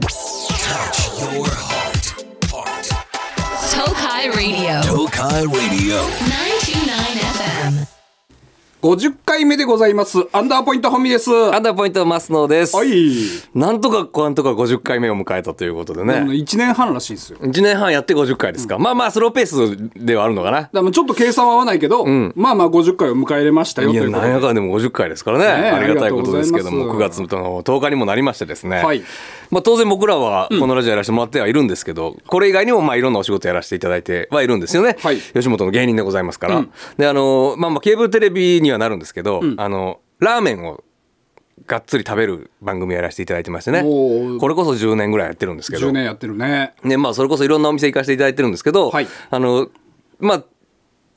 Touch your heart. Heart. Tokai Radio. Tokai Radio. 929 FM. 50回目でございます。アンダーポイント本美です。アはンダーポイント、マスノです。い。なんとか、なんとか50回目を迎えたということでね。 1年半らしいですよ。だか1年半やって50回ですか。まあまあ、スローペースではあるのかな。らまあちょっと計算は合わないけど、まあまあ50回を迎えれましたよいといや、うこなとんでやかんでも50回ですからね。ねえありがたいことですけども、あり9がと月うごの10日にもなりましてですね。はいまあ、当然僕らはこのラジオやらせてもらってはいるんですけど、これ以外にもまあいろんなお仕事やらせていただいてはいるんですよね。はい吉本の芸人でございますから。で、あの、まあまあ、ケーブルテレビにはなるんですけど、あの、ラーメンをがっつり食べる番組をやらせていただいてましてね。おーこれこそ10年ぐらいやってるんですけど。 10年やってるね。ね、まあ、それこそいろんなお店行かせていただいてるんですけど、はいあの、まあ、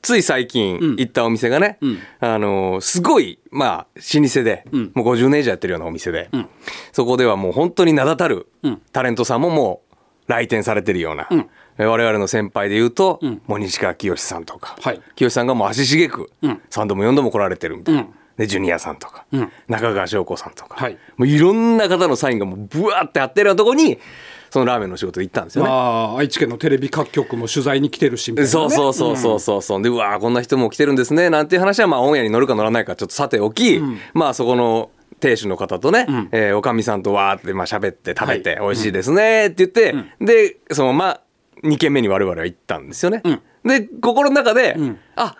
つい最近行ったお店がね、あの、すごい、まあ、老舗で、もう50年以上やってるようなお店で、そこではもう本当に名だたるタレントさんももう来店されてるような、え我々の先輩で言うと、もう西川きよしさんとか、はいきよしさんがもう足しげくん3度も4度も来られてるみたいな。うんでジュニアさんとか、ん中川翔子さんとか、はいもういろんな方のサインがもうブワーってあってるようなとこにそのラーメンの仕事で行ったんですよね。まあ、愛知県のテレビ各局も取材に来てるし、みたいなねそうそうそうそうそうそう、でうわーこんな人も来てるんですねなんていう話はまあオンエアに乗るか乗らないかちょっとさておき、まあそこの亭主の方とね、えーおかみさんとわーってまあ喋って食べて、美味しいですねって言って、でそのまま2軒目に我々は行ったんですよね、で心の中で、あ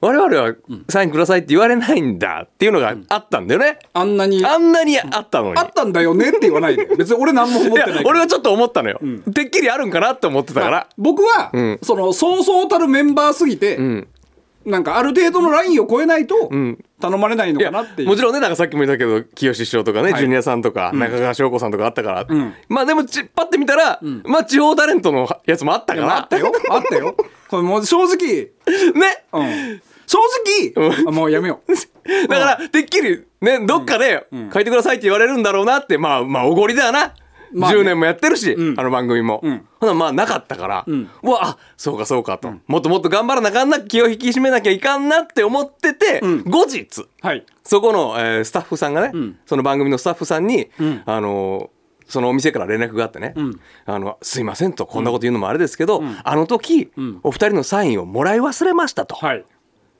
我々はサインくださいって言われないんだっていうのがあったんだよね、あんなに、ああんなにあったのに、ったんだよねって言わ ないで。別に俺何も思っいてやないから俺はちょっと思ったのよ、てっきりあるんかなって思ってたから、僕は、んその、そうそうたるメンバーすぎて、んなんかある程度のラインを超えないと、頼まれないのかいやなっていう。もちろんねなんかさっきも言ったけど清志師匠とかね、はいジュニアさんとか、中川翔子さんとかあったから、んまあでもちパッて見たら、まあ地方タレントのやつもあったいかやらあったよ。あったよ。これもう正直、 ねうん正う直、あもうやめ よう。だからてっきりねどっかで書いてくださいって言われるんだろうなってまあまあおごりだよな、まあね10年もやってるし、うんあの番組も、んほなまあなかったから、んうわあそうかそうかと、もっともっと頑張らなあかんな気を引き締めなきゃいかんなって思ってて、ん後日はい。そこの、えースタッフさんがね、んその番組のスタッフさんに、んあのーそのお店から連絡があってね「んあのすいません」とこんなこと言うのもあれですけど、あの時、お二人のサインをもらい忘れましたと。はい。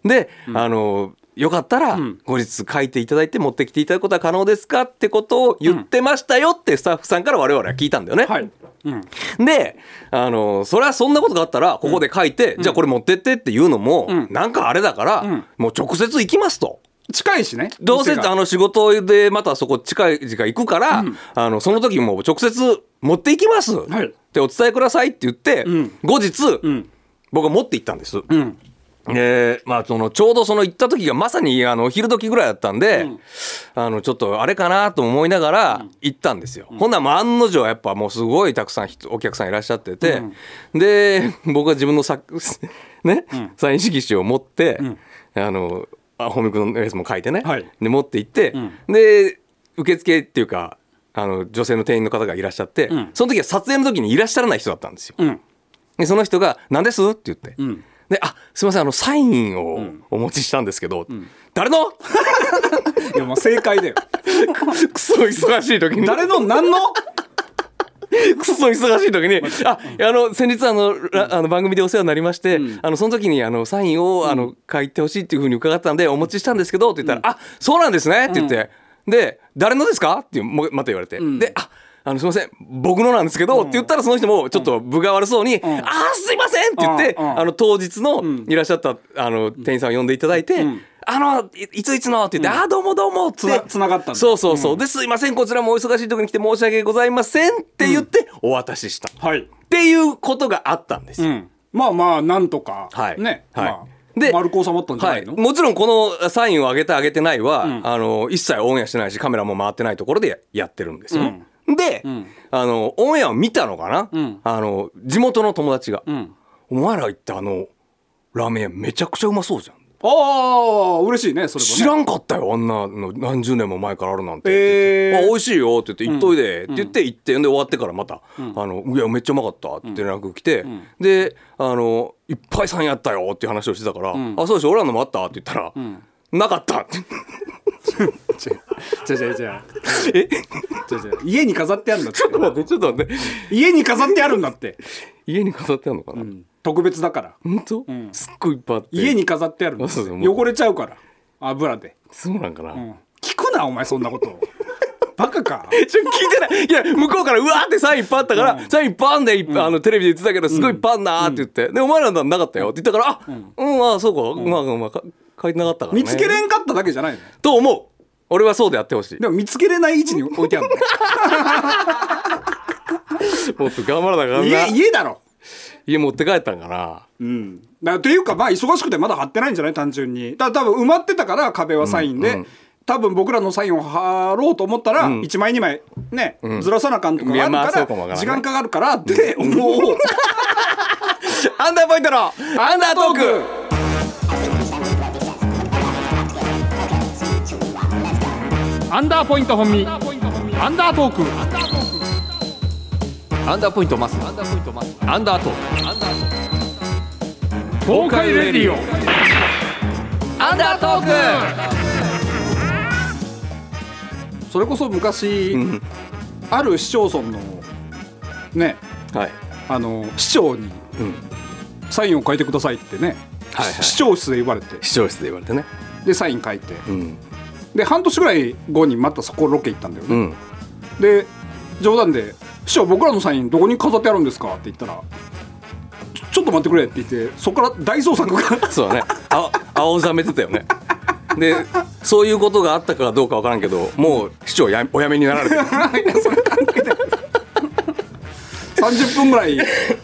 で、あのーよかったらん後日書いていただいて持ってきていただくことは可能ですかってことを言ってましたよってスタッフさんから我々は聞いたんだよね。はい。うん。で、あのーそれはそんなことがあったらここで書いて、じゃあこれ持ってってっていうのも、んなんかあれだから、んもう直接行きますと。近いしね。 どうせ店があの仕事でまたそこ近い時間行くから、あのその時もう直接持って行きます、はいってお伝えくださいって言って、ん後日、ん僕は持って行ったんです。うん。でまあ、そのちょうどその行った時がまさにあのお昼時ぐらいだったんで、あのちょっとあれかなと思いながら行ったんですよ、ほんならもう案の定やっぱもうすごいたくさん人お客さんいらっしゃってて、で僕は自分のさ ね、サイン色紙を持って、あのあ本見君のやつも書いてね、はいで持って行って、で受付っていうかあの女性の店員の方がいらっしゃって、んその時は撮影の時にいらっしゃらない人だったんですよ。うん。でその人が「何です?」って言って、んで「あすいませんあのサインをお持ちしたんですけど、誰の いや、もう正解だよ。くそ忙しい時に誰の何のくそ忙しい時に「ああの先日あのらあの番組でお世話になりまして、あのその時にあのサインをあの書いてほしいっていうふうに伺ったんでお持ちしたんですけど」って言ったら「あそうなんですね」って言って「で誰のですか?」ってもうまた言われて、で「ああのすいません僕のなんですけど」って言ったらその人もちょっと分が悪そうに「あーすいません」って言って、うんうんあの当日のいらっしゃったあの店員さんを呼んでいただいて「あのいいついつの」って言って「あーどうもどうも」ってつなつながったんだそうそうそう、ですいませんこちらもお忙しい時に来て申し訳ございませんって言ってお渡しした、っはい。ていうことがあったんですうよ、ん。まあまあ、なんとか。はいね。はいまあ、で丸く収まったんじゃは、ないいのもちろんこのサインを上げて上げてないは、あの一切オンエアしてないしカメラも回ってないところでやってるんですよね、で、あのオンエアを見たのかな、んあの地元の友達が、うん。お前ら行ったあのラーメン屋めちゃくちゃうまそうじゃんああ、嬉しいね、それもね。知らんかったよあんなの何十年も前からあるなんてへーあ美味しいよ」って言って「行っといで」って言って行ってんで終わってからまた「あのいやめっちゃうまかった」って連絡来てであの「いっぱい さんやったよ」っていう話をしてたから「あそうでしょ俺らのもあった」って言ったら「なかった」って違う違う違う違う違う違う家に飾ってあるんだって待ってちょっと待って家に飾ってあるんだって、家に飾ってあるのかな、特別だからほんと、すっごいいっぱいあって家に飾ってあるんだあそうそうもう汚れちゃうから油で、そうなんかな、うん聞くなお前そんなことバカか ちょ聞いてないいや向こうからうわーってサインいっぱいあったから、サインいっぱいあんで、いっぱいあのテレビで言ってたけどすごいいっぱいあんなーって言って、でお前らのはなかったよって言ったからあうん、ああそうか、まあまあまあか書いてなかったから、ね、見つけれんかっただけじゃないのと思う俺はそうでやってほしいでも見つけれない位置に置いてあるもっと頑張らなあか のん家な家家だろ持って帰ったんかなうん、だからというかまあ忙しくてまだ貼ってないんじゃない単純にだ多分埋まってたから壁はサインで、多分僕らのサインを貼ろうと思ったら1枚2枚ね、ずらさなあかんとかがあいやまあるそうかかもわかららない時間かかるからって思うアンダーポイントのアンダートークアンダーポイント本身アンダートークアンダーポイントマスアンダーポイントマスアンダートーク東海レディオアンダートーそれこそ昔、んある市町村のねクはいあの市長にうんサインを書いてくださいってね、はいはい市長室で言われて視聴室で言われてねでサイン書いてうんで半年ぐらい後にまたそこロケ行ったんだよね、うんで冗談で「師匠僕らのサインどこに飾ってあるんですか?」って言ったらちょ「ちょっと待ってくれ」って言ってそこから大捜索が そうだねあ青ざめてたよねでそういうことがあったかどうかわからんけどもう市長やお辞めになられてる30分ぐらい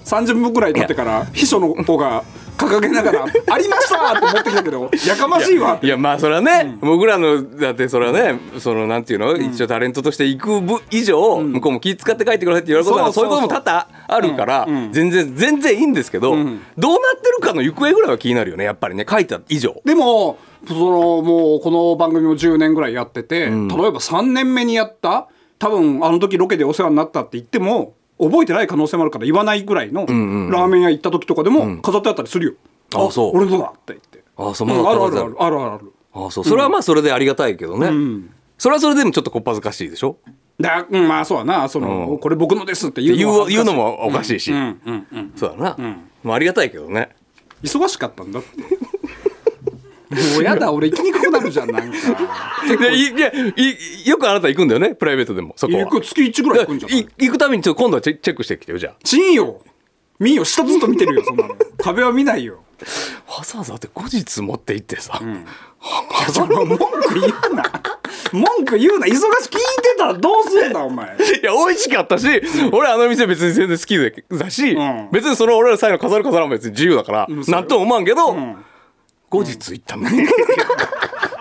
30分ぐらい経ってから秘書の子が掲げながら「ありました!」って持ってきたけど「やかましいわ」っていやまあそれはね、僕らのだってそれはねそのなんていうの、一応タレントとして行く分以上、向こうも気使って帰ってくださいって言われることはそそううそいうそううことも多々あるから、うんうん全然全然いいんですけど、んどうなってるかの行方ぐらいは気になるよねやっぱりね書いた以上でもそのもうこの番組を10年ぐらいやってて、例えば3年目にやった多分あの時ロケでお世話になったって言っても覚えてない可能性もあるから言わないぐらいのラーメン屋行った時とかでも飾ってあったりするよ、あそう俺のだって言ってあそううまだんあるあるあ飾ってるあるあるあるあそうそれはまあそれでありがたいけどね、んそれはそれでもちょっとこっぱずかしいでしょだうんまあそうやなその、うんこれ僕のですって言う言うのは恥ずかし言うのいもおかしいし、うんうんうんそうだな、まあ、ありがたいけどね忙しかったんだって もうやだ俺行きにくくなるじゃんなんかいやいやいよくあなた行くんだよねプライベートで もそこは行く月1ぐらい行くんじゃないい行くためにちょっと今度はチェチェックしてきてよじゃあチンよ見んよ下ずっと見てるよそんなの壁は見ないよわざわざだって後日持って行ってさ、 その文句言うな文句言うな忙し聞いてたらどうすんだお前いや美味しかったし、俺あの店別に全然好きでだし、ん別にその俺ら最後飾る飾らんも別に自由だから、んなんとも思わんけど、ん後日行ったのに、ね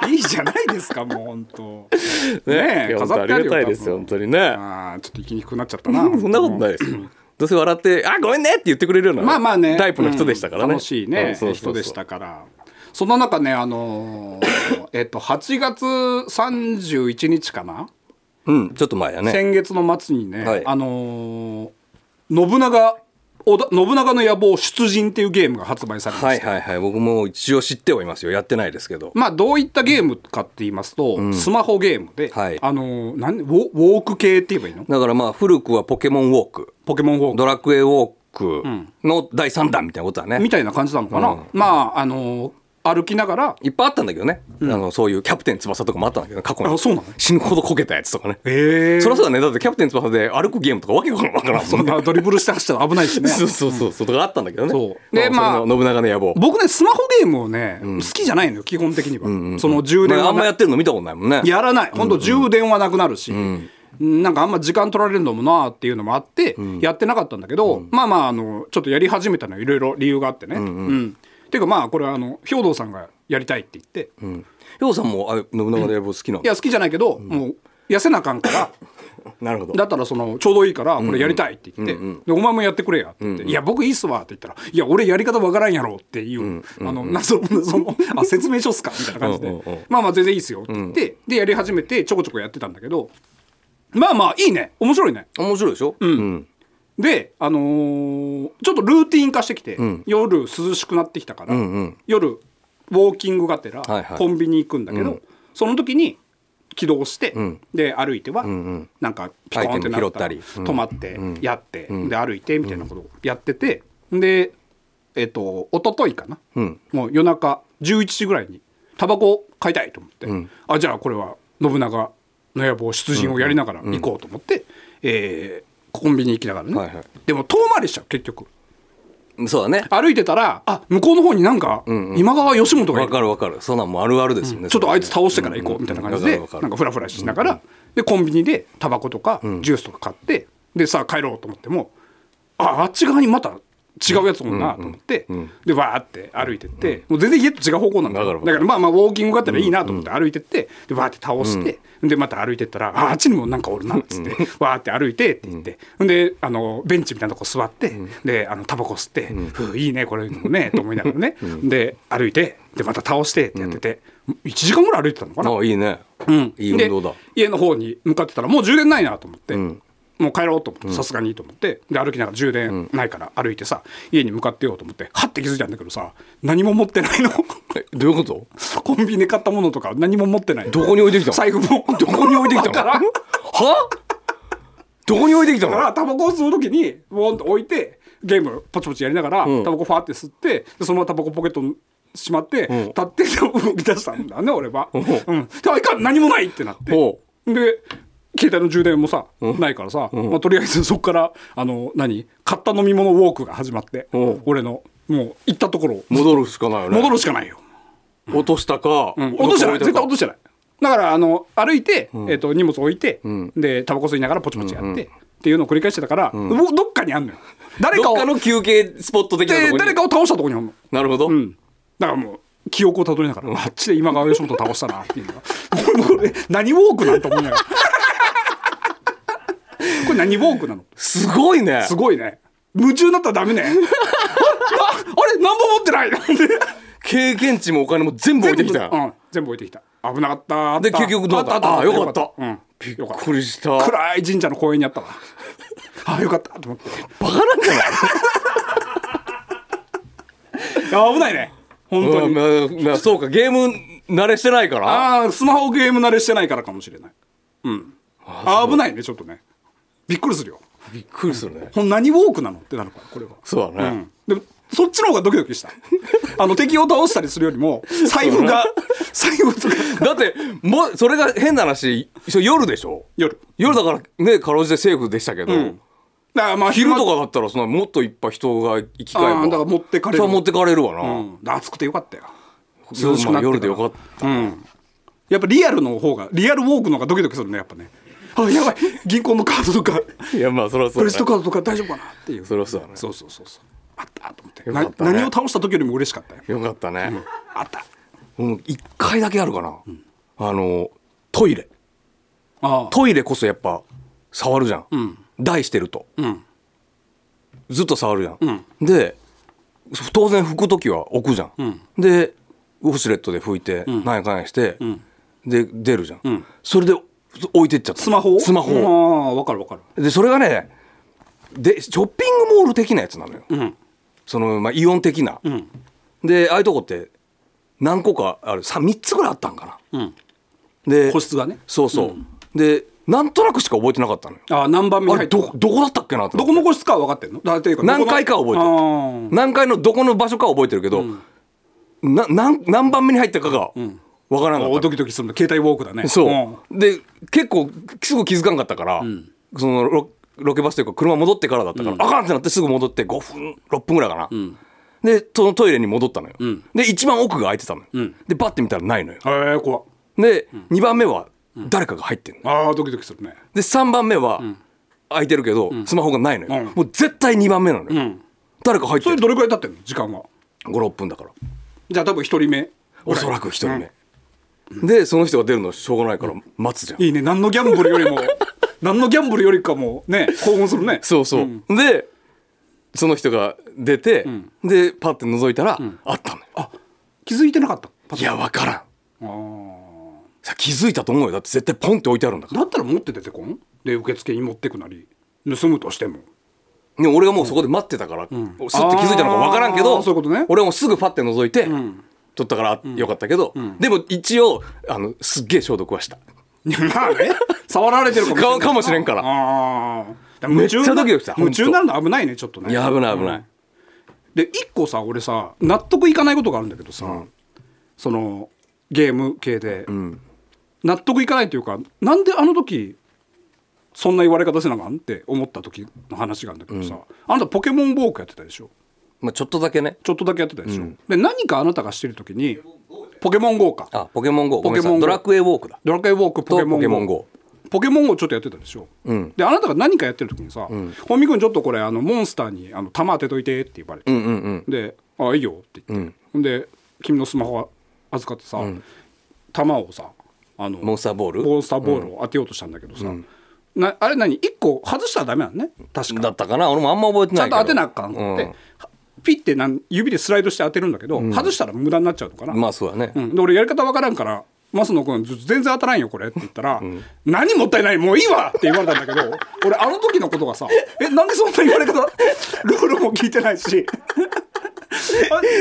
いいじゃないですかもう本当 いや本当ありがたいですよ多本分当にねあーちょっと行きにくくなっちゃったなそんなことないですよどうせ笑って「あごめんね」って言ってくれるようなまあまあねタイプの人でしたからね、うん楽しいねうんそうそうそ人うでしたからそんな中ねあのーえっと8月31日かな、うんちょっと前やね先月の末にね、はいあのー信長織田信長の野望出陣っていうゲームが発売されました、はいはいはい僕も一応知ってはいますよやってないですけどまあ、どういったゲームかって言いますと、スマホゲームで、はいあのーなんウォウォーク系って言えばいいのだからまあ古くはポケモンウォークポケモンウォードラクエウォークの第3弾みたいなことだね、クみたいな感じなのかな、うんまああのー歩きながらいっぱいあったんだけどね、あのそういうキャプテン翼とかもあったんだけど過去にあそうなの死ぬほどこけたやつとかね、えそりゃそうだねだってキャプテン翼で歩くゲームとかわけわからんわからんもんねそんなドリブルして走ったら危ないしね そうそうそうそうとかあったんだけどねそうででまあまあそれの信長の野望僕ねスマホゲームをね、好きじゃないのよ基本的には、その充電まあ、あはんまやなってるの見たことないもんね やらない本当充電はなくなるし、なんかあんま時間取られるのもなーっていうのもあって、やってなかったんだけど、まあまああのちょっとやり始めたのはいろいろ理由があってね、うんっていうかまあこれはあの兵頭さんがやりたいって言って、ようさんもあれ信長の野望好きなのいや好きじゃないけど、もう痩せなあかんからなるほどだったらそのちょうどいいからこれやりたいって言って、でお前もやってくれやって言って、いや僕いいっすわって言ったらいや俺やり方わからんやろっていう、あの謎のその あ説明書っすかみたいな感じで、うんうんうんまあまあ全然いいっすよって言って、でやり始めてちょこちょこやってたんだけどまあまあいいね面白いね面白いでしょうん、であのーちょっとルーティン化してきて、夜涼しくなってきたから、うん夜ウォーキングがてらはいはいコンビニ行くんだけど、その時に起動して、んで歩いては、なんかピコーンってなったらアイテム拾ったりうん止まってやって、で歩いてみたいなことをやっててでえっ、と一昨日かな、うんもう夜中11時ぐらいにタバコを買いたいと思って、あじゃあこれは信長の野望出陣をやりながら行こうと思って、えーコンビニ行きながらね、はいはいでも遠回りしちゃう結局そうだね歩いてたらあ向こうの方になんか今川義元がいわるかるわかるそんなんもうあるあるですよね、ちょっとあいつ倒してから行こうみたいな感じで、わかるわかるなんかフラフラしながら、でコンビニでタバコとかジュースとか買って、でさあ帰ろうと思ってもああっち側にまた違うやつもんなと思って、でわーって歩いてって、もう全然家と違う方向なんだわかるよわかだるからまあまあウォーキングがあったらいいなと思って歩いてってでわーって倒して、でまた歩いてったらああっちにもなんかおるなっつって、わーって歩いてって言って、であのベンチみたいなとこ座って、であのタバコ吸って、ふういいねこれもねと思いながらね、で歩いてでまた倒してってやってて、一1時間ぐらい歩いてたのかなあいいね、うんいい運動だで家の方に向かってたらもう充電ないなと思って、もう帰ろうと思ってさすがにいいと思ってで歩きながら充電ないから歩いてさ家に向かってようと思ってはって気づいたんだけどさ何も持ってないのえどういうことコンビニで買ったものとか何も持ってないどこに置いてきたの財布もどこに置いてきたのだからんはどこに置いてきただのからタバコを吸う時にボンと置いてゲームポチポチやりながら、タバコファーって吸ってでそのままタバコポケットにしまって、立って動き出したんだね俺は。うん、であいかん何もないってなってほで携帯の充電もさ、ないからさ、まあ、とりあえずそ こからあの何買った飲み物ウォークが始まって、うん俺のもう行ったところを戻るしかないよね戻るしかないよ。落としたか、うん落としてない絶対落としてないだからあの歩いて、えっと荷物置いて、でタバコ吸いながらポチポチやって、っていうのを繰り返してたから、もうどっかにあんのよ誰かどっをかの休憩スポット的なとこでに誰かを倒したとこにあんの、なるほど、うん、だからもう記憶をたどりながら、あっちで今川義元倒したなっていうのが これ何ウォークなんと思いながら これ何ウォークなのすごいねすごいね夢中になったらダメね あああれ何も持ってない なんで経験値もお金も全部置いてきたよ、うん、全部置いてきた危なかったあったで結局どうだったあああよかよかっったたうんびっよかったくりしたバ暗い神社の公園にあったわあよかったと思ってカなんじゃない いや危ないね本当に、うんまあまあそうかゲーム慣れしてないからああスマホゲーム慣れしてないからかもしれないうんあ危ないねちょっとねびっくりするよびっくりするねほん何ウォークなのってなるからこれはそうだね、うん、でそっちの方がドキドキした あの敵を倒したりするよりも財布が財布とかだってもうそれが変な話そう夜でしょ夜夜だからねかろうじてセーフでしたけど、だからまあ昼間とかだったらそのもっといっぱい人が行き交えあばーだから持ってかれるそは持ってかれるわな、うん、暑くてよかったよ、涼しくなってからまあ夜でよかったうん、やっぱリアルの方がリアルウォークの方がドキドキするねやっぱねあやばい銀行のカードとかいやま あそれはそクうレだジットねカードとか大丈夫かなっていうそれはそうだねそうそうそうそうあったと思ってよかったねな何を倒した時よりも嬉しかったよよかったね、あったもう一回だけあるかな、あのトイレああトイレこそやっぱ触るじゃん、台してると、んずっと触るじゃん、で当然拭く時は置くじゃん、でウォシュレットで拭いて、なんやかんやして、で出るじゃん、それで置いてっちゃったスマホスマホを、ああ分かる分かるでそれがねでショッピングモール的なやつなのよ、その、まあ、イオン的な、でああいうとこって何個かある 3, 三つぐらいあったんかな、で個室がねそうそう、でなんとなくしか覚えてなかったのよああ何番目にあ入れったどどこだったっけなってどこの個室かは分かってんのだっていうかどこの何回か覚えてある何回のどこの場所かは覚えてるけど、ななん何番目に入ったかがわからなあかおったドキドキするの携帯ウォークだねんそう、で結構すぐ気づかんかったから、そのロロケバスというか車戻ってからだったから、あかんってなってすぐ戻って5分6分ぐらいかな、でそのトイレに戻ったのよ、で一番奥が空いてたのよ、でパッて見たらないのよええ怖っで、2番目は誰かが入ってんのああドキドキするねで3番目は空いてるけど、スマホがないのよ、うんもう絶対2番目なのよ、誰か入っそてれるどれくらい経ってんの時間は56分だからじゃあ多分一人目おそらく1人目、でその人が出るのしょうがないから待つじゃん、いいね何のギャンブルよりも 何のギャンブルよりかもね興奮するねそうそう、でその人が出て、でパッて覗いたら、あったのよ気づいてなかったパいや分からんあーさ気づいたと思うよだって絶対ポンって置いてあるんだかだったら持って出てこんで受付に持ってくなり盗むとしても らでも俺がもうそこで待ってたから、すって気づいたのか分からんけあーどそういうことね俺はもうすぐパッて覗いて、取ったからよかったけど、でも一応あのすっげえ消毒はしたまあね触られてるかもしれないかかもしれんからああめっちゃドキドキした夢中になるの危ないねちょっとねいや危ない危ない、で一個さ俺さ納得いかないことがあるんだけどさ、そのゲーム系で、納得いかないというかなんであの時そんな言われ方せなあかんって思った時の話があるんだけどさ、あなたポケモンウォークやってたでしょまあ、ちょっとだけねちょっとだけやってたでしょ、で何かあなたがしてる時にポケモン GO かあポケモン GO ポポケケモモン GO ンドラクエウォークだドラクエウォークポケモン GO とポケモン GO ポケモン GO ちょっとやってたでしょ、んであなたが何かやってる時にさ「本見君ちょっとこれあのモンスターにあの弾当てといて」って言われて、うんうんうんで「あいいよ」って言って、ほん、で君のスマホは預かってさ、弾をさあのモンスターボールモンスターボールを当てようとしたんだけどさ、なあれ何1個外したらダメなのね確かだったかな俺もあんま覚えてちなゃいんけどと当てなあかんって、うんピッてなん指でスライドして当てるんだけど、外したら無駄になっちゃうのかな、まあそうだね、うん、で俺やり方わからんから「増野君ず全然当たらんよこれ」って言ったら「何もったいないもういいわ!」って言われたんだけど 俺あの時のことがさ「えなんでそんな言われ方ルールも聞いてない し」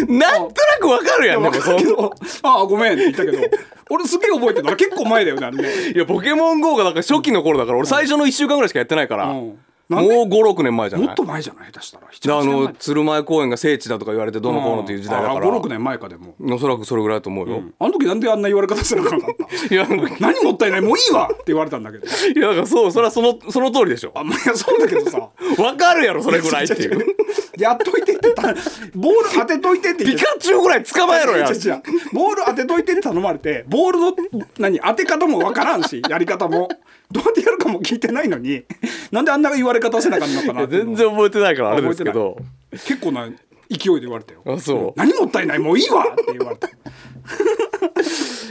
なんとなくわかるやんわなんかかそるけのど「 ああごめん」って言ったけど俺すげえ覚えてるの結構前だよねあれねいやポケモン GO がだから初期の頃だから俺最初の1週間ぐらいしかやってないから、うんなんでもう56年前じゃないもっと前じゃない下手したらであ78年の前鶴舞公園が聖地だとか言われてどうのこうのっていう時代だから、ああ56年前かでもおそらくそれぐらいだと思うよ、あの時なんであんな言われ方するのかなかったいやなんか何もったいないもういいわって言われたんだけどいやだからそうそれはそのその通りでしょあんまりそうだけどさわかるやろそれぐらいっていう やっといてってたボール当てといてって言ピってカチュウぐらい捕まえろや違う違うボール当てといてって頼まれてボールの何当て方もわからん しやり方もどうやってやるかも聞いてないのになんであんな言われ方せなあかんのかなっていうの全然覚えてないからあれですけ覚どえてない結構な勢いで言われたよあそう何もったいないもういいわって言われた、い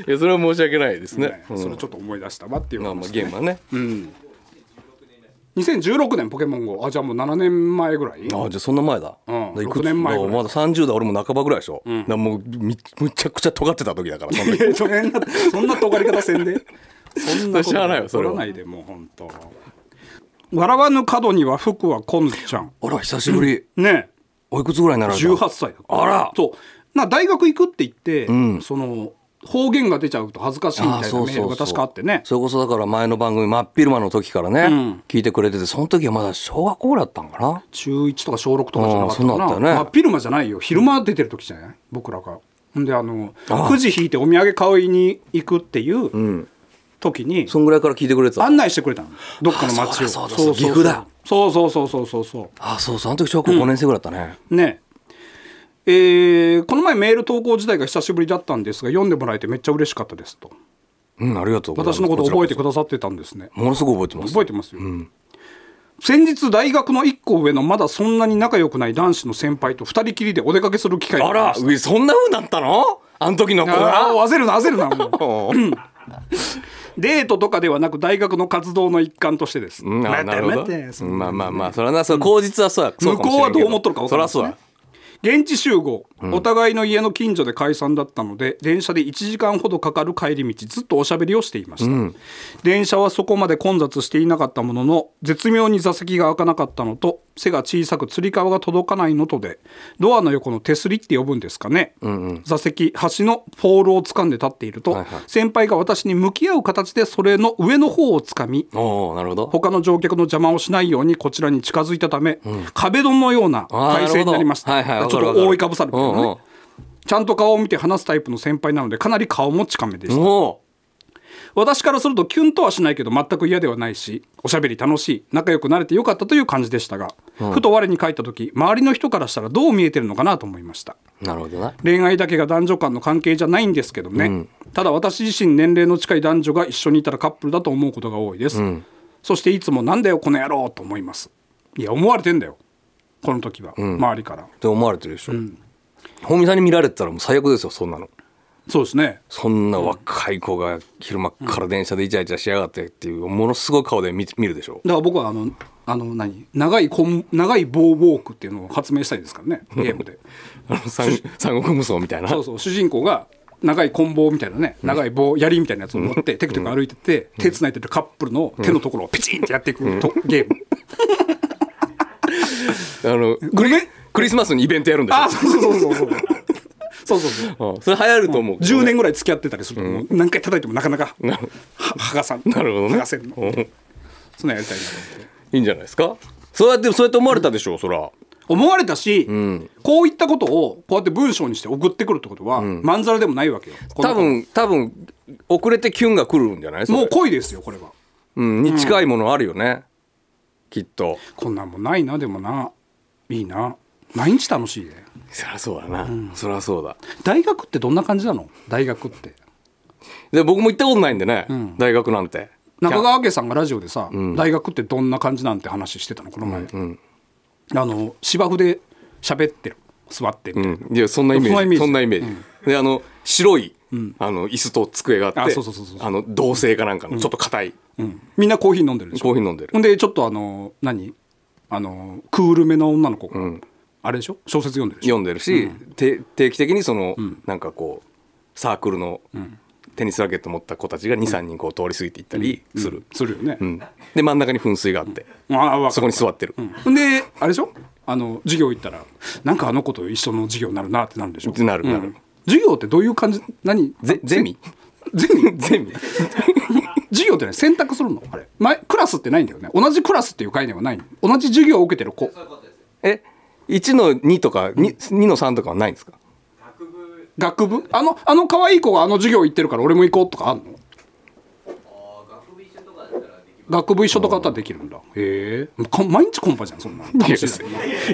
やそれは申し訳ないですねね、うんそれちょっと思い出したわっていうまあまあ話ゲームはね、 2016年ポケモン GO あじゃあもう7年前ぐらい ああじゃあそんな前だ、うんだからい6年前ぐだらいからまだ30代俺も半ばぐらいでしょ、だからもうみむちゃくちゃ尖ってた時だからその 時いやそんなそんな尖り方せんでそんなこと知らないよそれは怒らないでもう本当笑わぬ角には服はこんちゃんあら久しぶり、ねおいくつぐらいになられた18歳だったあらそうな大学行くって言って、んその方言が出ちゃうと恥ずかしいみたいなあメーそうそうールが確かあってねそれこそだから前の番組真っ昼間の時からね、うん聞いてくれててその時はまだ小学校ぐらいだったんかな中1とか小6とかじゃなかったあーそうなんだかよなね真っ昼間じゃないよ昼間出てる時じゃない僕らがほんであのくじ引いてお土産買いに行くっていう時に、そんぐらいから聞いてくれてた案内してくれたのどっかの町をあそうだそうだそう岐阜だそうそうそうそうそうそあそうそうあの時小学校5年生ぐらいだったね、うねえーこの前メール投稿自体が久しぶりだったんですが読んでもらえてめっちゃ嬉しかったですとうんありがとうございます私のこと覚えてこくださってたんですねちらこそものすごく覚えてます覚えてますよ、先日大学の1個上のまだそんなに仲良くない男子の先輩と2人きりでお出かけする機会がありまらしたういそんな風になったのあの時の子あがー焦るな焦るなもううんデートとかではなく大学の活動の一環としてです、うんあなるほど待て待てうんまあまあまあそれはなそれは口実はそうや向こうはどう思っとるか分か分かららんんしそねらそうや現地集合、お互いの家の近所で解散だったので電車で1時間ほどかかる帰り道ずっとおしゃべりをしていました、電車はそこまで混雑していなかったものの絶妙に座席が開かなかったのと背が小さくつり革が届かないのとでドアの横の手すりって呼ぶんですかね、座席端のポールを掴んで立っていると、はいはい先輩が私に向き合う形でそれの上の方を掴みおおなるほど他の乗客の邪魔をしないようにこちらに近づいたため、壁ドンのようなあー体勢になりました、なるほどはいはいちょっわかるわかとる覆いかぶさるみたいなね、うんうんちゃんと顔を見て話すタイプの先輩なのでかなり顔も近めでした、お私からするとキュンとはしないけど全く嫌ではないしおしゃべり楽しい仲良くなれてよかったという感じでしたが、ふと我に返った時周りの人からしたらどう見えてるのかなと思いましたーなるほどな恋愛だけが男女間の関係じゃないんですけどね、ただ私自身年齢の近い男女が一緒にいたらカップルだと思うことが多いです、そしていつもなんだよこの野郎と思いますいや思われてんだよこの時は、周りからって思われてるでしょ、本見さんに見られてたらもう最悪ですよそんなのそうですねそんな若い子が昼間っから電車でイチャイチャしやがってっていうものすごい顔で見見るでしょだから僕はあのあの何長いこん長い棒ウォークっていうのを発明したいですからねゲームであの三三国無双みたいなそうそう主人公が長い棍棒みたいなね長い棒槍みたいなやつを持ってテクテク歩いてて手つないでるカップルの手のところをピチンってやっていくとゲームあのクリクリスマスにイベントやるんでしょあそうそうそうそうそうそうそうそううんそれ流行ると思うけどね10年ぐらい付き合ってたりすると、もう何回叩いてもなかなかは剥がさんなるほどね剥がせんのうんそんなんやりたいなと思っていいんじゃないですかそうやってそうやって思われたでしょうそら思われたし、んこういったことをこうやって文章にして送ってくるってことは、まんざらでもないわけよこの多分多分遅れてキュンが来るんじゃないそれもう恋ですよこれはうん、に近いものあるよね、きっとこんなんもないなでもないいな毎日楽しいねそりゃそうだな、そりゃそうだ大学ってどんな感じなの大学ってで僕も行ったことないんでね、大学なんて中川家さんがラジオでさ、大学ってどんな感じなんて話してたのこの前、あの芝生で喋ってる座ってみたいなうん、いやそんなイメージそそんんななイイメメーージジ、であの白い、あの椅子と机があってあそうそうそうそうあの銅製かなんかのちょっと硬い、うんみんなコーヒー飲んでるでしょコーヒー飲んでるほんでちょっとあの何あのクールめの女の子が、んあれでしょ小説読んでるでしょ読んでるし、て定期的にその、なんかこうサークルのテニスラケット持った子たちが23人こう通り過ぎていったりする、するよね、うんで真ん中に噴水があって、ああ分かるそこに座ってる、ほんであれでしょあの授業行ったらなんかあの子と一緒の授業になるなってなるでしょってなるうんなる授業ってどういう感じ何ぜゼミゼミ ゼミ授業ってね選択するのあれ前クラスってないんだよね同じクラスっていう概念はないの同じ授業を受けてる子え1の2とか 2, 2の3とかはないんですか学部あのあの可愛い子があの授業行ってるから俺も行こうとかあんの学部一緒とかだったらできるんだへえか毎日コンパじゃんそんなの楽しいですい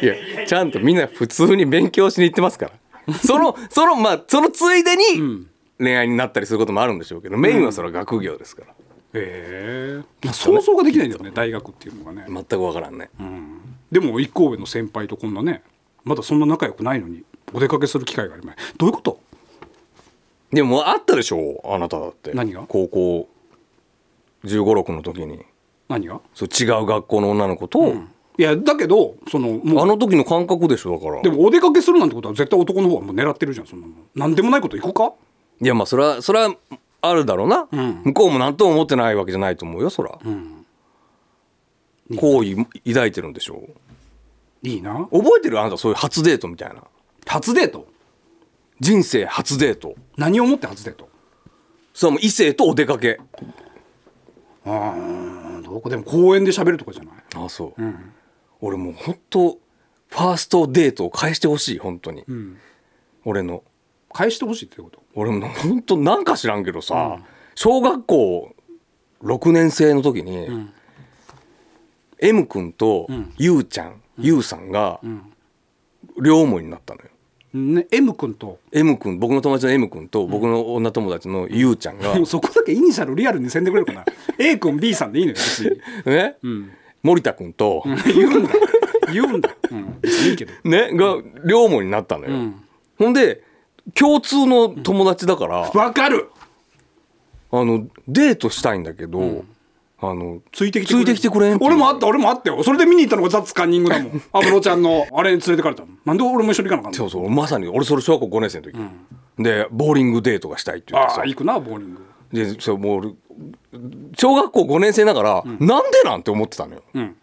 やちゃんとみんな普通に勉強しに行ってますからそのそのまあそのついでに恋愛になったりすることもあるんでしょうけどメインはそれは学業ですからへえ想像ができないんだよね大学っていうのがね全く分からんね、でも一個上の先輩とこんなねまだそんな仲良くないのにお出かけする機会がありまいどういうことでももうあったでしょうあなただって何が高校1 5 6の時に何がそう違う学校の女の子と、いやだけどそのもあうの時の感覚でしょだからでもお出かけするなんてことは絶対男の方はもう狙ってるじゃんそんなの何でもないこと行こういやまあそれはそれはあるだろうな、向こうも何とも思ってないわけじゃないと思うよそら好意、抱いてるんでしょかいいなう覚えてるあなたそういう初デートみたいな初デート人生初デート何をもって初デートそれはもう異性とお出かけうんどこでも公園で喋るとかじゃないあそう、俺もう本当ファーストデートを返してほしい本当に、俺の返してほしいってこと俺も本当なんか知らんけどさ、小学校6年生の時に、M 君とゆうちゃん、ゆうさんが、両思いになったのよ。ね M 君と M 君僕の友達の M 君と僕の女友達のゆうちゃんが、でもそこだけイニシャルリアルにせんでくれるかな A 君 B さんでいいのよ別に ね、森田君と、言うんだ言うんだ、うん、いいけどねが両思いになったのよ。ほんで共通の友達だから、わかるあのデートしたいんだけど、あのついてきてついてきてくれんっていう俺もあった俺もあったよそれで見に行ったのがザッツカンニングだも ん安室ちゃんのあれに連れてかれたのなんで俺も一緒に行かなかったそのうそうまさに俺それ小学校5年生の時、でボーリングデートがしたいって言ってあさあ行くなボーリングでそうもう俺小学校5年生ながら、なんでなんて思ってたのよ、ん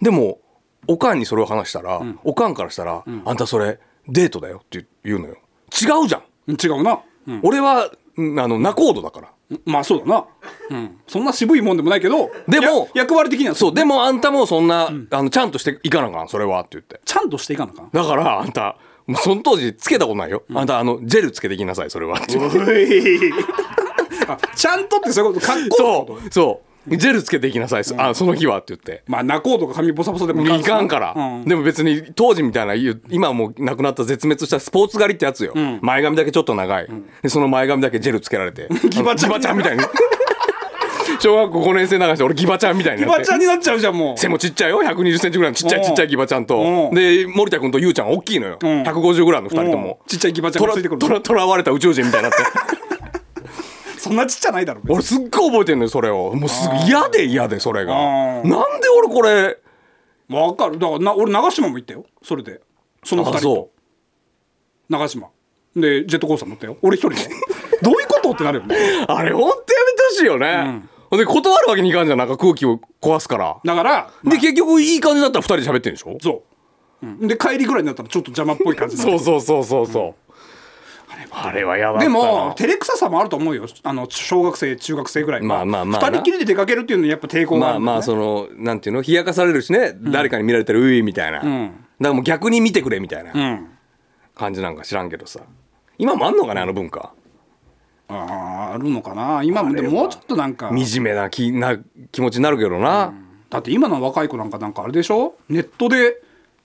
でもおかんにそれを話したら、おかんからしたら、あんたそれデートだよ」って言うのよ違うじゃん、違うな、うん俺はうんあの仲人だから、まあそうだな、うん、そんな渋いもんでもないけどでもや役割的にはそうでもあんたもそんな、あのちゃんとしていかなあかんそれはって言ってちゃんとしていかなあかんだからあんたもうその当時つけたことないよ、あんたあのジェルつけてきなさいそれはって言って あちゃんとってそういうことかっこいいってこそとうそうジェルつけていきなさい、あその日はって言ってまあ仲人が髪ボサボサでもいかんから、うんでも別に当時みたいな言う今はもうなくなった絶滅したスポーツ狩りってやつよ、前髪だけちょっと長い、でその前髪だけジェルつけら れてギバちゃんちゃんみたいに 小学校5年生流して俺ギバちゃんみたいにギなっバてちゃんになっちゃうじゃんもう背もちっちゃいよ1 2 0ンチぐらいのちっちゃういんちっちゃいギバちゃんとうんで森田君とゆうちゃん大きいのよ、ん150ぐらいの2人とうんもちっちゃいギバちゃんがとらついてくるとらとらわれた宇宙人みたいになってそんなちっちゃないだろ別に俺すっごい覚えてんのよそれをもうすぐ嫌で嫌でそれがあなんーで俺これわかるだからな俺長島も行ったよそれでその二あ人とそ長島でジェットコースター乗ったよ俺一人で どういうことってなるよねうあれほんとやめてほしいよね、ほん、で断るわけにいかんじゃんなんか空気を壊すからだからで結局いい感じだったら二人で喋ってんでしょそう、うんで帰りぐらいになったらちょっと邪魔っぽい感じになそるうそうそうそうそう、あれはやばかったなでも照れくささもあると思うよあの小学生中学生ぐらいはまあまあまあな二人きりで出かけるっていうのにやっぱ抵抗があるまあんだまよあねそのなんていうの冷やかされるしね、誰かに見られたらういみたいな、んだからもう逆に見てくれみたいなうん感じなんか知らんけどさ今もあんのかねあの文化あーあるのかな今もでももうちょっとなんか惨めな気な気持ちになるけどな、だって今の若い子なんかなんかあれでしょネットで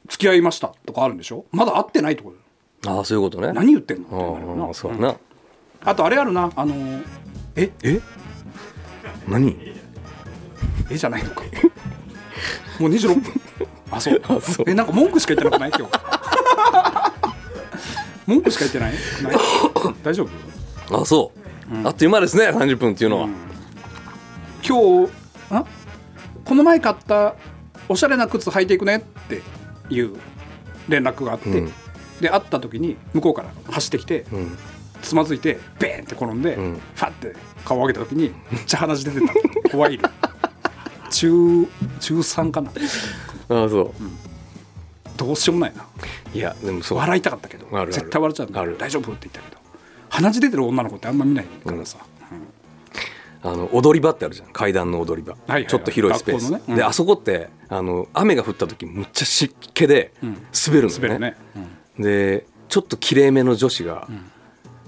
付き合いましたとかあるんでしょまだ会ってないってことああそういうことね何言ってんのってうなるよんうなんそうやな、あとあれあるなあのーええ何えじゃないの かもう26分あそうあそうえなんか文句しか言ってなくない今日文句しか言ってないない大丈夫あそう、あっという間ですね30分っていうのは、今日あこの前買ったおしゃれな靴履いていくねっていう連絡があって、うんで会った時に向こうから走ってきて、つまずいてベーンって転んで、んファッて顔を上げた時にめっちゃ鼻血出て た怖い中中3かなああそう、どうしようもないないやでもそう笑いたかったけどあるある絶対笑っちゃうんだある大丈夫って言ったけど鼻血出てる女の子ってあんま見ないからさ、あの踊り場ってあるじゃん階段の踊り場、はいはいちょっと広いスペー学校ス、のねうんであそこってあの雨が降った時むっちゃ湿気で滑るのよね,、滑るね、うんでちょっときれいめの女子が、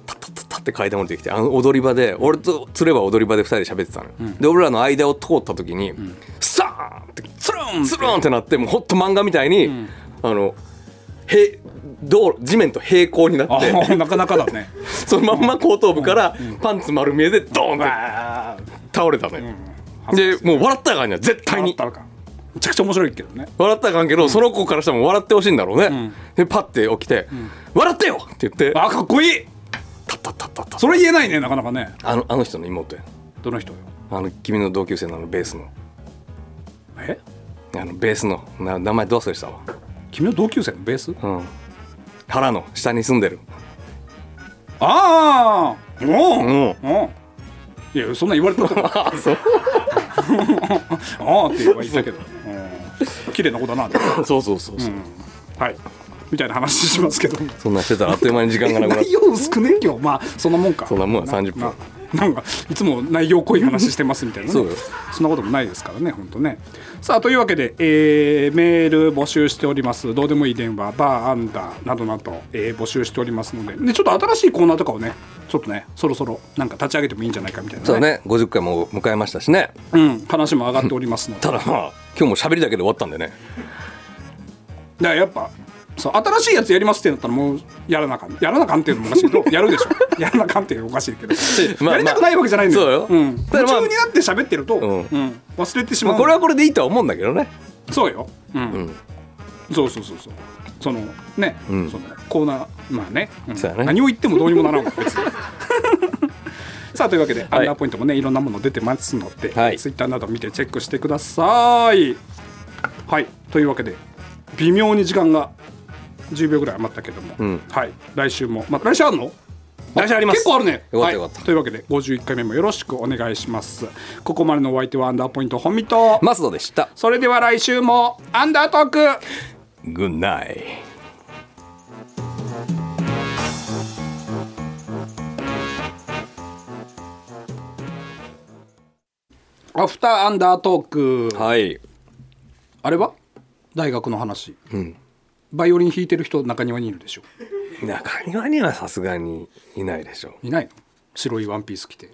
タッタッタッタって階段降りてきてあの踊り場で俺とつれば踊り場で2人で喋ってたのよ、で俺らの間を通った時に、さーンってつるんスルーンってなってもうほんと漫画みたいに、あのへ道路地面と平行になっあてーなかなかだね そのまんま後頭部からパンツ丸見えでドーンってわー倒れたのよ、でもう笑ったらあかんじゃん絶対笑にったのかめちゃくちゃ面白いけどね笑ったらあかんけど、その子からしたらもう笑ってほしいんだろうね、でパッて起きて「笑ってよ!」って言ってあかっこいいタッタッタッタッタそれ言えないねなかなかねあのあの人の妹やどの人よあの君の同級生のあのベースのえあのベースのな名前どう忘れしたわ君の同級生のベースうん腹の下に住 んでるああもううんうんいやそんなん言われたらあそうああって言えば言ったけどうん綺麗な子だなってそうそうそうそう、はいみたいな話しますけどそんなんしてたらあっという間に時間がなくなっ内て容薄くね今日まあそんなもんかそんなもんや30分ななんかいつも内容濃い話してますみたいな、ね、そうよそんなこともないですからね本当ねさあというわけで、えーメール募集しておりますどうでもいい電話バーアンダーなどなど、えー募集しておりますのででちょっと新しいコーナーとかをねちょっとねそろそろなんか立ち上げてもいいんじゃないかみたいな、ねそうね50回も迎えましたしねうん、話も上がっておりますのでただまあ今日も喋りだけで終わったんでねだからやっぱそう新しいやつやりますってなったらもうやらなあかんやらなあかんっていうのもおかしいけ どやるでしょやらなあかんっていうのはおかしいけど、まあやりたくないわけじゃないんだよそうようん、ただ夢まあ中になって喋ってると、んうん忘れてしままう、あこれはこれでいいとは思うんだけどねそうよ、うんそうそうそうそうそのね、そのコーナーまあね,うん、そうやね何を言ってもどうにもならんわ別 にさあというわけで、アンダーポイントもねいろんなもの出てますので、はいツイッターなど見てチェックしてくださいはいというわけで微妙に時間が10秒ぐらい余ったけども、んはい来週もまあ来週あるの来週あります結構あるねよかったはいよかったというわけで51回目もよろしくお願いしますここまでのお相手はアンダーポイント本見とマスドでしたそれでは来週もアンダートークグッナイアフターアンダートークはいあれは大学の話、バイオリン弾いてる人中庭にいるでしょ中庭にはさすがにいないでしょいないの白いワンピース着て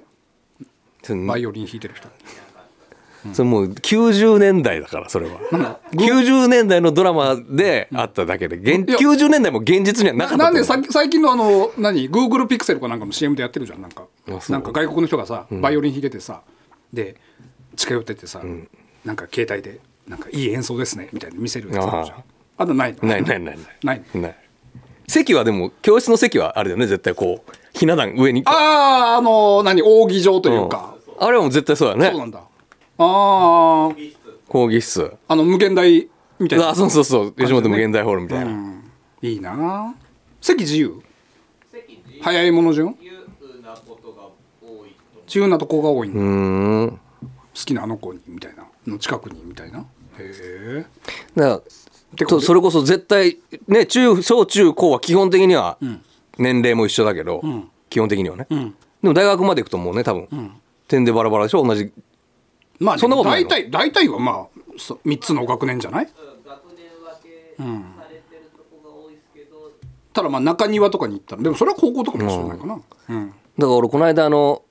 それバイオリン弾いてる人それもう90年代だからそれは90年代のドラマであっただけで現いや90年代も現実にはなかったなんでとさ思う最近のあの何 Google ピクセルかなんかの CM でやってるじゃんなんかあそうなんか外国の人がさバイオリン弾いててさ、で近寄ってってさ、なんか携帯でなんかいい演奏ですねみたいな見せるやつあるじゃんあああんなないのないないないなないいない席はでも教室の席はあれだよね絶対こうひな壇上にあああの何扇状とういんうか、あれはもう絶対そうだよそうなねんだああ講義室あの無限大みたいなあそうそうそう吉本無限大ホールみたいな、いいなあ席自由早いもの順自由なとこが多いんだ好うんきなあの子にみたいなの近くにみたいなへえだからてかとそれこそ絶対ね中小中高は基本的には年齢も一緒だけど、基本的にはね、んでも大学まで行くともうね多分、点でバラバラでしょ同じまあそんなことない大体の大体はまあ3つの学年じゃない学年分けされてるとこが多いですけど、ただまあ中庭とかに行ったらでもそれは高校とかも一緒じゃないかな、うんだから俺この間あの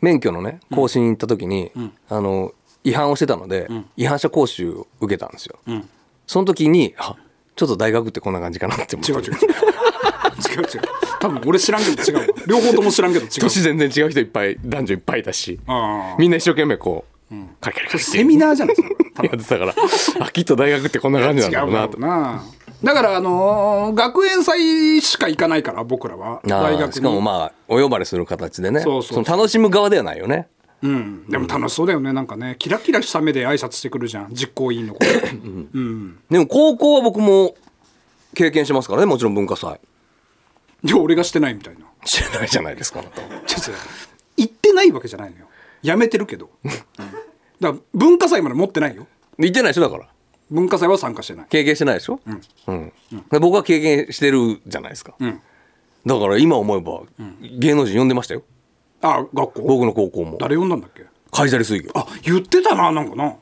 免許のね更新行った時に、あの違反をしてたので、違反者講習を受けたんですよ、んその時にあちょっと大学ってこんな感じかなって思って違う違う違う違う違う多分俺知らんけど違うわ両方とも知らんけど違う 年全然違う人いっぱい男女いっぱいいたしああみんな一生懸命こう、カリカリカリセミナーじゃないですか やってたからあきっと大学ってこんな感じなんだろうなとなだからあのー学園祭しか行かないから僕らはああ大学にしかもまあお呼ばれする形でねそうそうそうの楽しむ側ではないよねうん、でも楽しそうだよねなんかねキラキラした目で挨拶してくるじゃん実行委員の 子でも高校は僕も経験してますからねもちろん文化祭いや俺がしてないみたいな知らないじゃないですかあなたちょっと行ってないわけじゃないのよやめてるけど、うんだから文化祭まで持ってないよ行ってないでしょだから文化祭は参加してない経験してないでしょ、うんで僕は経験してるじゃないですか、んだから今思えば芸能人呼んでましたよあ学校僕の高校も誰呼んだんだっけ海砂利水魚あ言ってたななんかな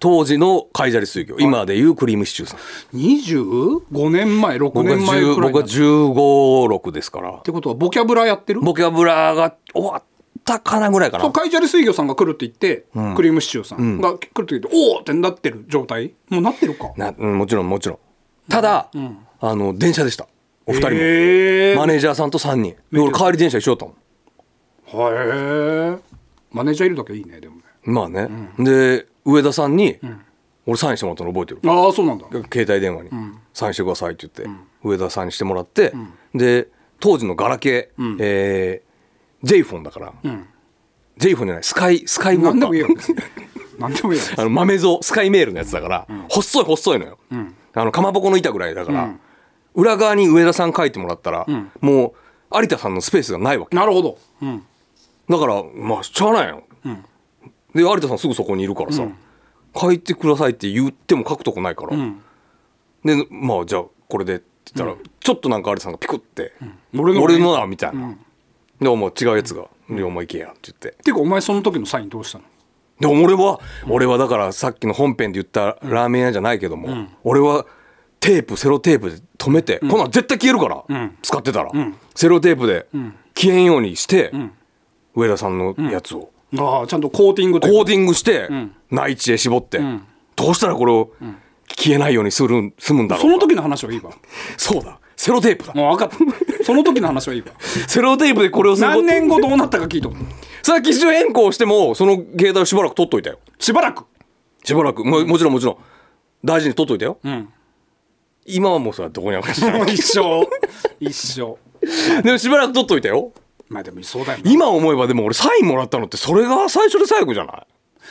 当時の海砂利水魚今でいうクリームシチューさん25年前6僕は年前10くらい僕だはっ15、6ですからてことはボキャブラやってるボキャブラが終わったかなぐらいかそうなカイジャリ水魚さんが来るって言って、クリームシチューさんが来るって言って、おおってなってる状態もうなってるかなうんもちろんもちろんただ、あの電車でしたお二人も、へえマネージャーさんと3人で俺帰り電車一緒だったもんへえマネージャーいるだけいいねでもねまあね、で上田さんに、俺サインしてもらったの覚えてるああそうなんだ携帯電話に「サインしてください」って言って、上田さんにしてもらって、で当時のガラケー、えー、J フォンだから、J フォンじゃないスカイスカイウォーカー何でもいいよ別に何でもいいよ あの豆蔵スカイメールのやつだから、細い細いのよ、あのかまぼこの板ぐらいだから、裏側に上田さん書いてもらったら、もう有田さんのスペースがない わけなるほど、うん、だからまあしゃあないよ、で有田さんすぐそこにいるからさ、書いてくださいって言っても書くとこないから、でまあじゃあこれでって言ったら、ちょっとなんか有田さんがピクって「俺のね俺のだ」みたいな、でお前違うやつが「でお前行けや」って言ってていうかお前その時のサインどうしたのでも俺は、俺はだからさっきの本編で言ったラーメン屋じゃないけども、俺はテープセロテープで止めて、こんなん絶対消えるから、使ってたら、セロテープで消えんようにして、上田さんのやつをああちゃんとコーティングというコーティングして、内地へ絞って、どうしたらこれを消えないようにするん済むんだろそうの時の話はいいわそうだセロテープだもう分かったその時の話はいいわセロテープでこれをすること何年後どうなったか聞いとくさあ機種変更してもその携帯をしばらく取っといたよしばらくしばらくももちろんもちろん大事に取っといたよ、ん今はもうそれはどこにあるか知らない一生一生 でもしばらく取っといたよまあでもいそうだよね、今思えばでも俺サインもらったのってそれが最初で最後じゃない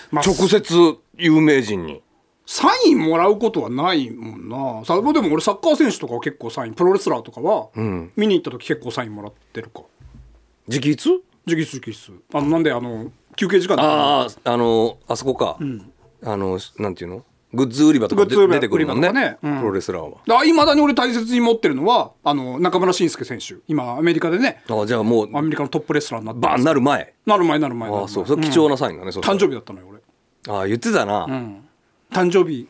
まあ直接有名人にサインもらうことはないもんなさでも俺サッカー選手とかは結構サインプロレスラーとかは、見に行った時結構サインもらってるか直筆直筆直筆あのなんであの休憩時間とかあああのあそこか、あのなんていうのグッズ売り場とかでグッズ売り場出てくるもんね売り場とかねうんプロレスラーは。いまだに俺大切に持ってるのはあの中村慎介選手今アメリカでねあじゃあもうアメリカのトップレスラーになってバンなる前なる前なる前なるあ前あそうそれ貴重なサインだね、そう誕生日だったのよ俺ああ言ってたな、誕生日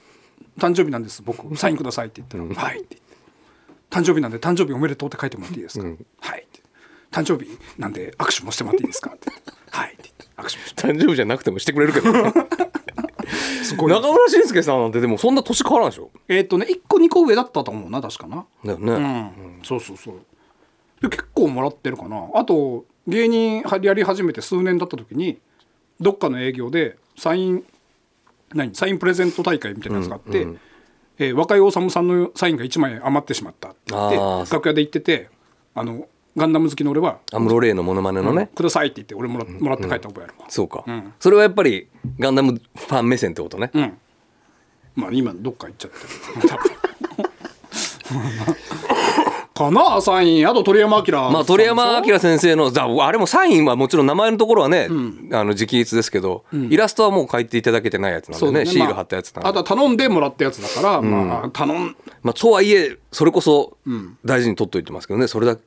誕生日なんです僕サインくださいって言ったら「はい」って言って「誕生日なんで誕生日おめでとう」って書いてもらっていいですか「はい」って「誕生日なんで握手もしてもらっていいですか」って「はい」って言って握手もして誕生日じゃなくてもしてくれるけど 中すごい村俊輔さんなんてでもそんな年変わらんでしょえーっとね1個2個上だったと思うな確かなだよね、うん、そうそうそうで結構もらってるかなあと芸人はやり始めて数年だった時にどっかの営業でサイン何サインプレゼント大会みたいなやつがあって、えー若井修さんのサインが1枚余ってしまったって言ってあー楽屋で言っててあのガンダム好きの俺はアムロレイのモノマネのね、 「ください」って言って俺もらもらって帰った覚えあるわ、そうか、それはやっぱりガンダムファン目線ってことね、うん、まあ今どっか行っちゃってる多分 かなサインあと鳥山明まあ鳥山明先生のだあれもサインはもちろん名前のところはね、あの直筆ですけど、イラストはもう書いていただけてないやつなんでそうねだねシール貼ったやつなんまであ、あとは頼んでもらったやつだから、まあ頼んまあ、とはいえそれこそ大事に取っといてますけどねそれだ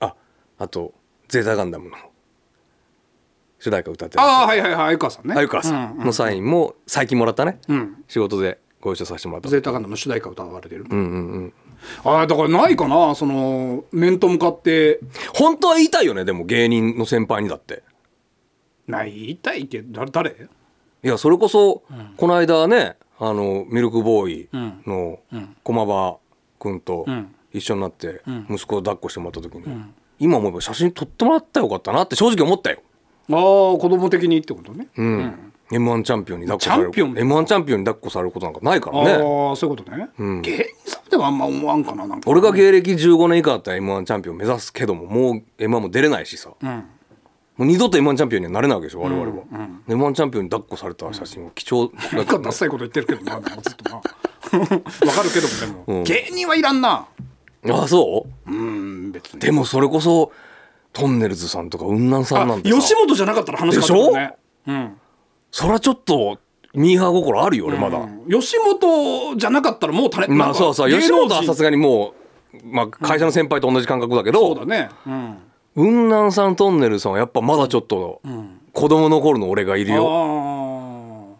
ああとゼータガンダムの主題歌歌ってああはいはいはい鮎川さんね鮎川さんのサインも最近もらったね、仕事でご一緒させてもらったゼータガンダムの主題歌歌われてる、うんうんうんああだからないかなその面と向かって本当は言いたいよねでも芸人の先輩にだってない言いたいけどだ誰いやそれこそ、この間ねあのミルクボーイの駒場君とん一緒になって息子を抱っこしてもらった時に、今思えば写真撮ってもらったらよかったなって正直思ったよ、ああ子供的にってことね、うん m 1チャンピオンに抱っこされるチャンピオン m 1チャンピオンに抱っこされることなんかないかああらねそういうことね、芸人さんではあんま思わんかななんか俺が芸歴15年以下だったら m 1チャンピオン目指すけどももう m 1も出れないしさ、んもう二度と m 1チャンピオンにはなれないわけでしょ我々は、m 1チャンピオンに抱っこされた写真を貴重だなんかダサいこと言ってるけどななんかずっとな わかるけどもでも、芸人はいらんなあそううん別にでもそれこそトンネルズさんとか雲南さんなあんてさ吉本じゃなかったら話変わってくるねうんそりゃちょっとミーハー心あるよ俺まだ、吉本じゃなかったらもうタレなまんあかそうそう芸能吉人本はさすがにもう、まあ、会社の先輩と同じ感覚だけそうだどね、うん、雲南さんトンネルズさんはやっぱまだちょっと子供の頃の俺がいるあよ、ー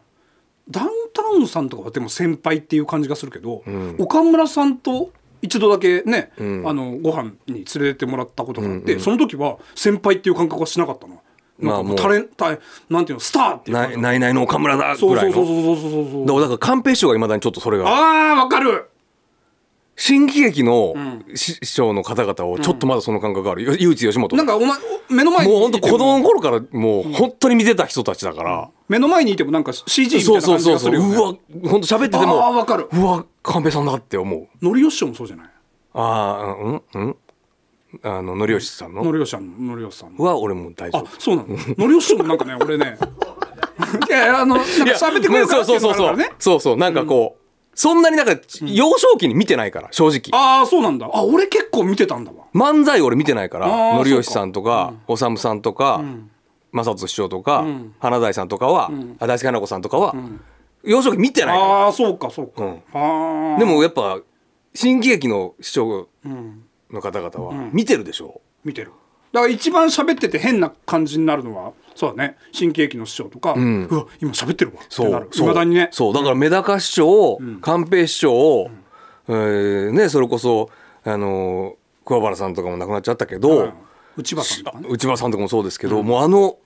ダウンタウンさんとかはでも先輩っていう感じがするけど、岡村さんと一度だけね、あのご飯に連れてってもらったことがあって、その時は先輩っていう感覚はしなかったの。まなんあかもうタレンタなんていうのスターっていうな感いじないないの岡村だそぐうらそいうそうそのうそうそうそうだからだから寛平師匠がいまだにちょっとそれがああわかる新喜劇の師師匠の方々をちょっとまだその感覚ある、よ唯一吉本なんかお前お目の前にもういて本当子供の頃からもう本当に見てた人たちだから、目の前にいてもなんか CG みたいそうなそ感うじそうがすそうるよ、ね、うわ本当喋っててもあーわかるうわ寛平さんだって思うのりよし師匠もそうじゃないああうんうんあののりよしさんののりよしさんのりよしさんのは俺も大丈あ夫そうなののりよし師匠もなんか ね俺ねいやいやあのなんか喋ってくれるからっていそううのがそうそあうるからねそうそうなんかこうそんなになんか幼少期に見てないから正直ああそうなんだあ俺結構見てたんだわ漫才俺見てないからあーのりよしさんとかおさむさんとか正人師匠とか花大さんとかはあ大輔花子さんとかは幼少期見てないからああそうかそうか、うんああでもやっぱ新喜劇の師匠の方々は見てるでしょ見てるだから一番喋ってて変な感じになるのはそうだね新喜劇の師匠とか、うわ今喋ってるわってなるいまだにねそうだからメダカ師匠寛平師匠、えーねそれこそあのー桑原さんとかも亡くなっちゃったけど、内場さんとかね内村さんとかもそうですけど、もうあの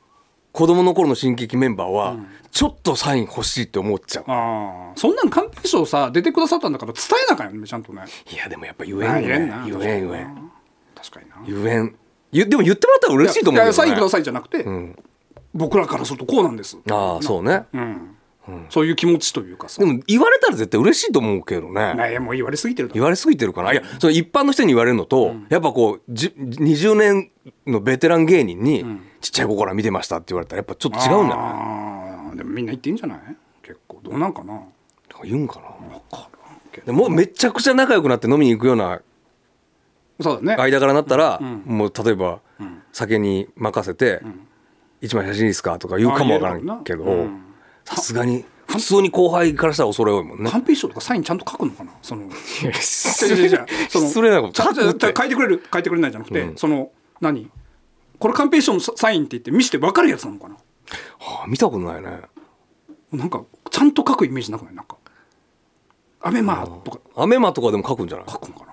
子供の頃の新喜劇メンバーは、ちょっとサイン欲しいって思っちゃうああそんなん寛平師匠さ出てくださったんだから伝えなあかんよねちゃんとねいやでもやっぱ言あえーん言えんなよね言えん言えん確かにな言えんゆでも言ってもらったら嬉しいと思いうけやど、サインねくだ、さいじゃなくて、僕らからするとこうなんですああそうね、うんそういう気持ちというかさでも言われたら絶対嬉しいと思うけどねねもう言われすぎてるだ言ろわれすぎてるかないやその一般の人に言われるのと、やっぱこうじ20年のベテラン芸人に、ちっちゃい子から見てましたって言われたらやっぱちょっと違うんだよねあーでもみんな言ってんじゃない結構どうなんかなとか言うんかなでもうめちゃくちゃ仲良くなって飲みに行くようなそうだね間柄になったら、もう例えば、酒に任せて「一枚写真いいですか?」とか言うかもわからんけあ言えるどもんなうんさすがに普通に後輩からしたら恐れ多いもん ね。完璧賞とかサインちゃんと書くのかなその失違う違う違うその失礼なことちゃんと書くって書いてくれる書いてくれないじゃなくて、その何これ完璧賞のサインって言って見せて分かるやつなのかなあ見たことないね。なんかちゃんと書くイメージなくないなんかアベマとかアメマとかでも書くんじゃない書くのか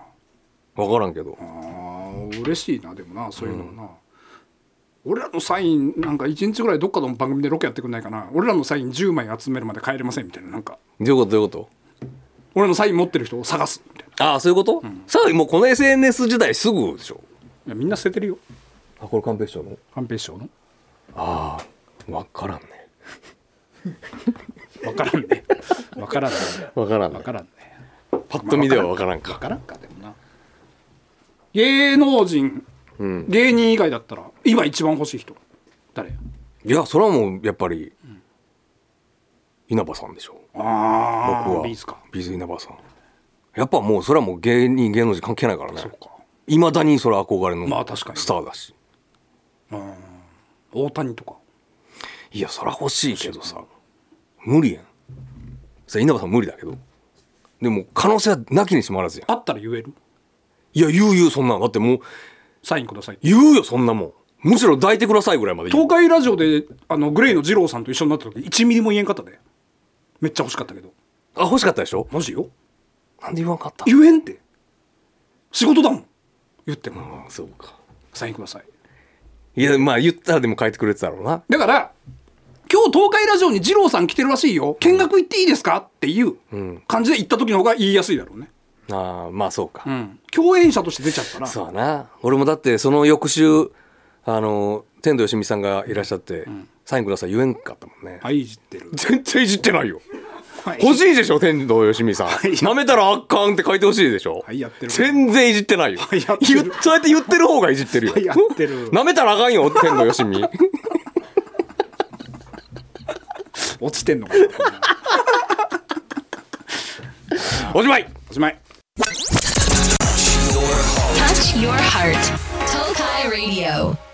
なわからんけど。あー嬉しいなでもなそういうのはな、俺らのサインなんか1日ぐらいどっかの番組でロケやってくんないかな俺らのサイン10枚集めるまで帰れませんみたいななんかどういうことどういうこと俺のサイン持ってる人を探すみたいないああそういうこと、さあもうこの SNS 時代すぐでしょやみんな捨ててるよあこれ寛平師匠の寛平師匠のああ分からんね分からんね分からんね分からん分からんねパッと見では分からん分かからんかでもな芸能人、芸人以外だったら今一番欲しい人誰いやそれはもうやっぱり、稲葉さんでしょあ僕はビーズかビーズ稲葉さんやっぱもうそれはもう芸人芸能人関係ないからねそうかいまだにそれは憧れのまあ確かにスターだし、大谷とかいやそれは欲しいけどさ無理やんそれ稲葉さん無理だけどでも可能性はなきにしもあらずやんあったら言えるいや言う言うそんなんだってもうサインください言うよそんなもんむしろ抱いてくださいぐらいまで言う東海ラジオであのグレイの二郎さんと一緒になった時1ミリも言えんかったでめっちゃ欲しかったけどあ欲しかったでしょマジよなんで言わんかった言えんって仕事だもん言ってもあそうかサインくださいいやまあ言ったらでも書いてくれてたろうなだから今日東海ラジオに二郎さん来てるらしいよ見学行っていいですかっていう感じで行った時の方が言いやすいだろうね、あーまあそうか、うん、共演者として出ちゃったらそうやな俺もだってその翌週あの天童よしみさんがいらっしゃって、サインください言えんかったもんね、はいいじってる全然いじってないよはい欲しいでしょ天童よしみさんなめたらあかんって書いてほしいでしょ、はいやってる全然いじってないよいやってる言っそうやって言ってる方がいじってるよはいやってるなめたらあかんよ天童よし み落ちてんのかなおしまいおしまい Touch your heart. Tokai Radio.